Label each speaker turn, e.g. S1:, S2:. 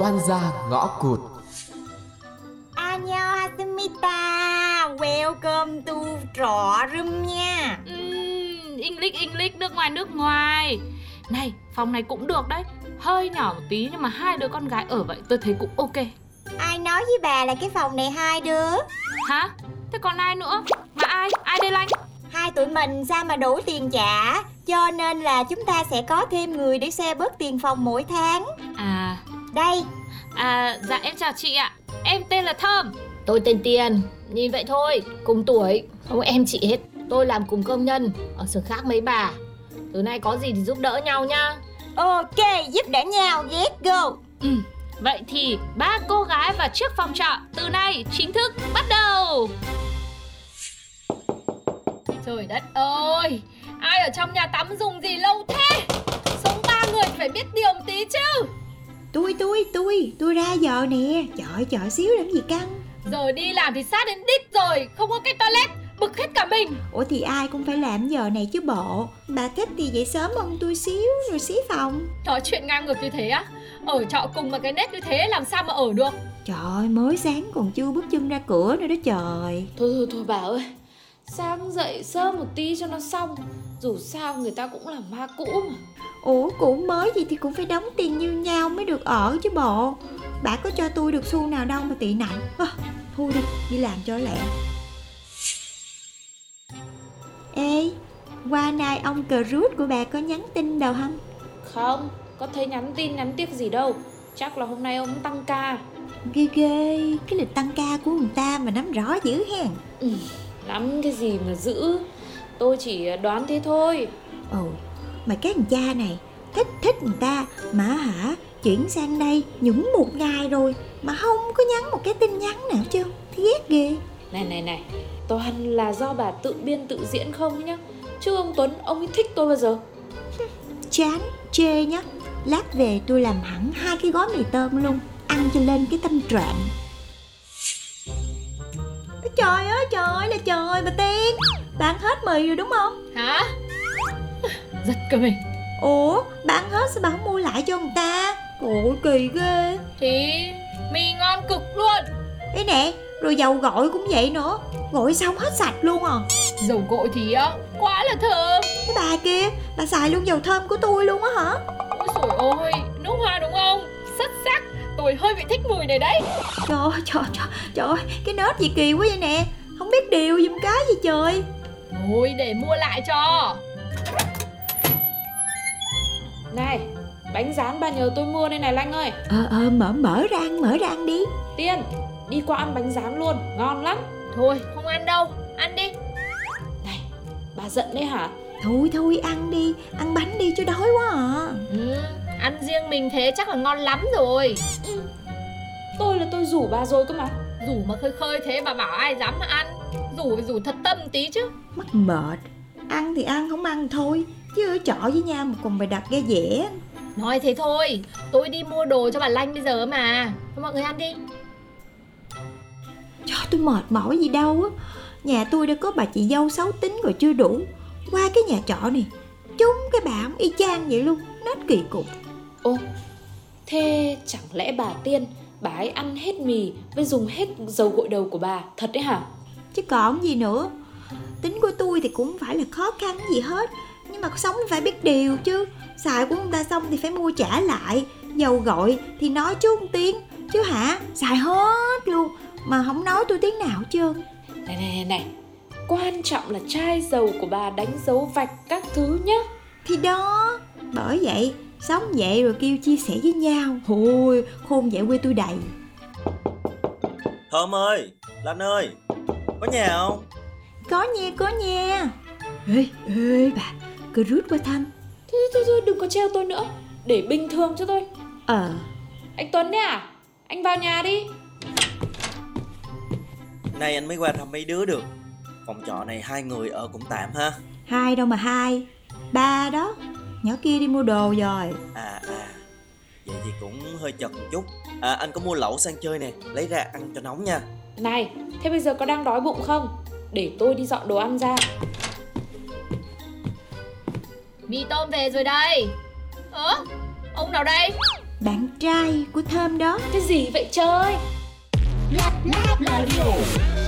S1: Quan gia ngõ cụt
S2: Annyeonghaseyo, welcome to trọ room nha.
S3: Ừm, English English nước ngoài nước ngoài Này phòng này cũng được đấy Hơi nhỏ một tí nhưng mà hai đứa con gái ở vậy tôi thấy cũng ok
S2: Ai nói với bà là cái phòng này hai đứa,
S3: Hả? Thế còn ai nữa? Mà ai? Ai đây Lanh?
S2: hai tụi mình sao mà đủ tiền trả? Cho nên là chúng ta sẽ có thêm người để xe bớt tiền phòng mỗi tháng.
S3: À,
S2: Đây,
S3: à dạ em chào chị ạ Em tên là Thơm
S4: Tôi tên Tiền, nhìn vậy thôi, cùng tuổi, không em chị hết. Tôi làm cùng công nhân ở xưởng khác mấy bà. Từ nay có gì thì giúp đỡ nhau nhá.
S2: ok, giúp đỡ nhau, let's go.
S3: Vậy thì ba cô gái và chiếc phòng trọ từ nay chính thức bắt đầu
S5: Trời đất ơi Ai ở trong nhà tắm dùng gì lâu thế Sống ba người phải biết điều một tí chứ
S2: Tôi, tôi, tôi, tôi ra giờ nè. Trời, trời xíu làm gì căng.
S5: Giờ đi làm thì sát đến đít rồi Không có cái toilet Bực hết cả mình
S2: Ủa thì ai cũng phải làm giờ này chứ bộ. Bà thích thì dậy sớm hơn tôi xíu rồi xí phòng.
S5: Nói chuyện ngang ngược như thế á Ở trọ cùng mà cái nét như thế làm sao mà ở được
S2: Trời ơi, mới sáng còn chưa bước chân ra cửa nữa đó trời
S6: Thôi thôi thôi bà ơi Sáng dậy sớm một tí cho nó xong Dù sao người ta cũng là ma cũ mà
S2: Ủa, cũ mới gì thì cũng phải đóng tiền như nhau mới được ở chứ bộ Bà có cho tôi được xu nào đâu mà tị nạnh à, Thôi đi, đi làm cho lẹ Ê, qua nay ông cờ rút của bà có nhắn tin đâu không?
S6: Không Có thấy nhắn tin nhắn tiếc gì đâu Chắc là hôm nay ông tăng ca
S2: Ghê ghê, cái lịch tăng ca của người ta mà nắm rõ dữ hen
S6: Lắm cái gì mà giữ Tôi chỉ à, đoán thế thôi
S2: Ồ, mà cái thằng cha này thích thích người ta mà hả chuyển sang đây những một ngày rồi mà không có nhắn một cái tin nhắn nào chứ thiết ghê
S6: Này này này Toàn là do bà tự biên tự diễn không ấy nhá Chứ ông Tuấn ông ấy thích tôi bao giờ
S2: chán chê nhá lát về tôi làm hẳn hai cái gói mì tôm luôn ăn cho lên cái tâm trạng Ôi trời ơi trời ơi là trời bà tiên bạn hết mì rồi đúng không
S5: Hả Giật cả mình
S2: ủa bạn hết sao bà không mua lại cho người ta ủa kỳ ghê
S5: Thì mì ngon cực luôn
S2: ấy nè rồi dầu gội cũng vậy nữa gội xong hết sạch luôn à
S5: Dầu gội thì á Quá là thơm
S2: Cái bà kia, bà xài luôn dầu thơm của tôi luôn á hả?
S5: Ôi trời ơi Nước hoa đúng không Xuất sắc Tôi hơi bị thích mùi này đấy
S2: Trời ơi, trời, trời, trời ơi, cái nết gì kỳ quá vậy nè Không biết điều giùm cái gì trời
S5: Thôi để mua lại cho
S6: Này Bánh rán bà nhờ tôi mua đây này Lanh ơi
S2: Ờ, ờ, mở, mở ra ăn, mở ra ăn đi
S6: Tiên Đi qua ăn bánh rán luôn Ngon lắm
S5: Thôi không ăn đâu Ăn đi
S6: Bà giận đấy hả
S2: Thôi, thôi, ăn đi, ăn bánh đi cho đói quá à
S5: ừ, Ăn riêng mình thế chắc là ngon lắm rồi
S6: Tôi là tôi rủ bà rồi cơ mà
S5: Rủ mà khơi khơi thế bà bảo ai dám mà ăn Rủ rủ thật tâm tí chứ
S2: Mắc mệt Ăn thì ăn, không ăn thì thôi Chứ ở trọ với nhau mà còn bài đặt ra dẻ
S5: Nói thế thôi Tôi đi mua đồ cho bà Lanh bây giờ mà Thôi mọi người ăn đi
S2: Trời, tôi mệt mỏi gì đâu á Nhà tôi đã có bà chị dâu xấu tính rồi chưa đủ Qua cái nhà trọ này Chúng cái bà ông y chang vậy luôn Nết kỳ cục
S6: Thế chẳng lẽ bà Tiên bà ấy ăn hết mì với dùng hết dầu gội đầu của bà thật đấy hả?
S2: chứ còn gì nữa tính của tôi thì cũng không phải là khó khăn gì hết nhưng mà sống phải biết điều chứ xài của người ta xong thì phải mua trả lại dầu gội thì nói chứ một tiếng chứ hả xài hết luôn mà không nói tôi tiếng nào hết trơn
S6: Này này này này, quan trọng là chai dầu của bà đánh dấu vạch các thứ nhá.
S2: thì đó bởi vậy sống vậy rồi kêu chia sẻ với nhau thôi khôn vậy quê tôi đầy
S7: Thơm ơi, Lan ơi, có nhà không?
S2: có nha có nha ê ê bà cứ rút qua thăm
S6: Thôi thôi thôi đừng có treo tôi nữa, để bình thường cho tôi.
S2: ờ
S6: Anh Tuấn đấy à? Anh vào nhà đi.
S7: Nay anh mới qua thăm mấy đứa được Phòng trọ này hai người ở cũng tạm ha
S2: hai đâu mà hai ba đó nhỏ kia đi mua đồ rồi
S7: À à, vậy thì cũng hơi chật một chút À anh có mua lẩu sang chơi nè, lấy ra ăn cho nóng nha
S6: Này, thế bây giờ có đang đói bụng không? Để tôi đi dọn đồ ăn ra.
S5: Mì tôm về rồi đây Ơ Ông nào đây
S8: bạn trai của thơm đó
S6: Cái gì vậy trời
S9: Lab Lab Radio.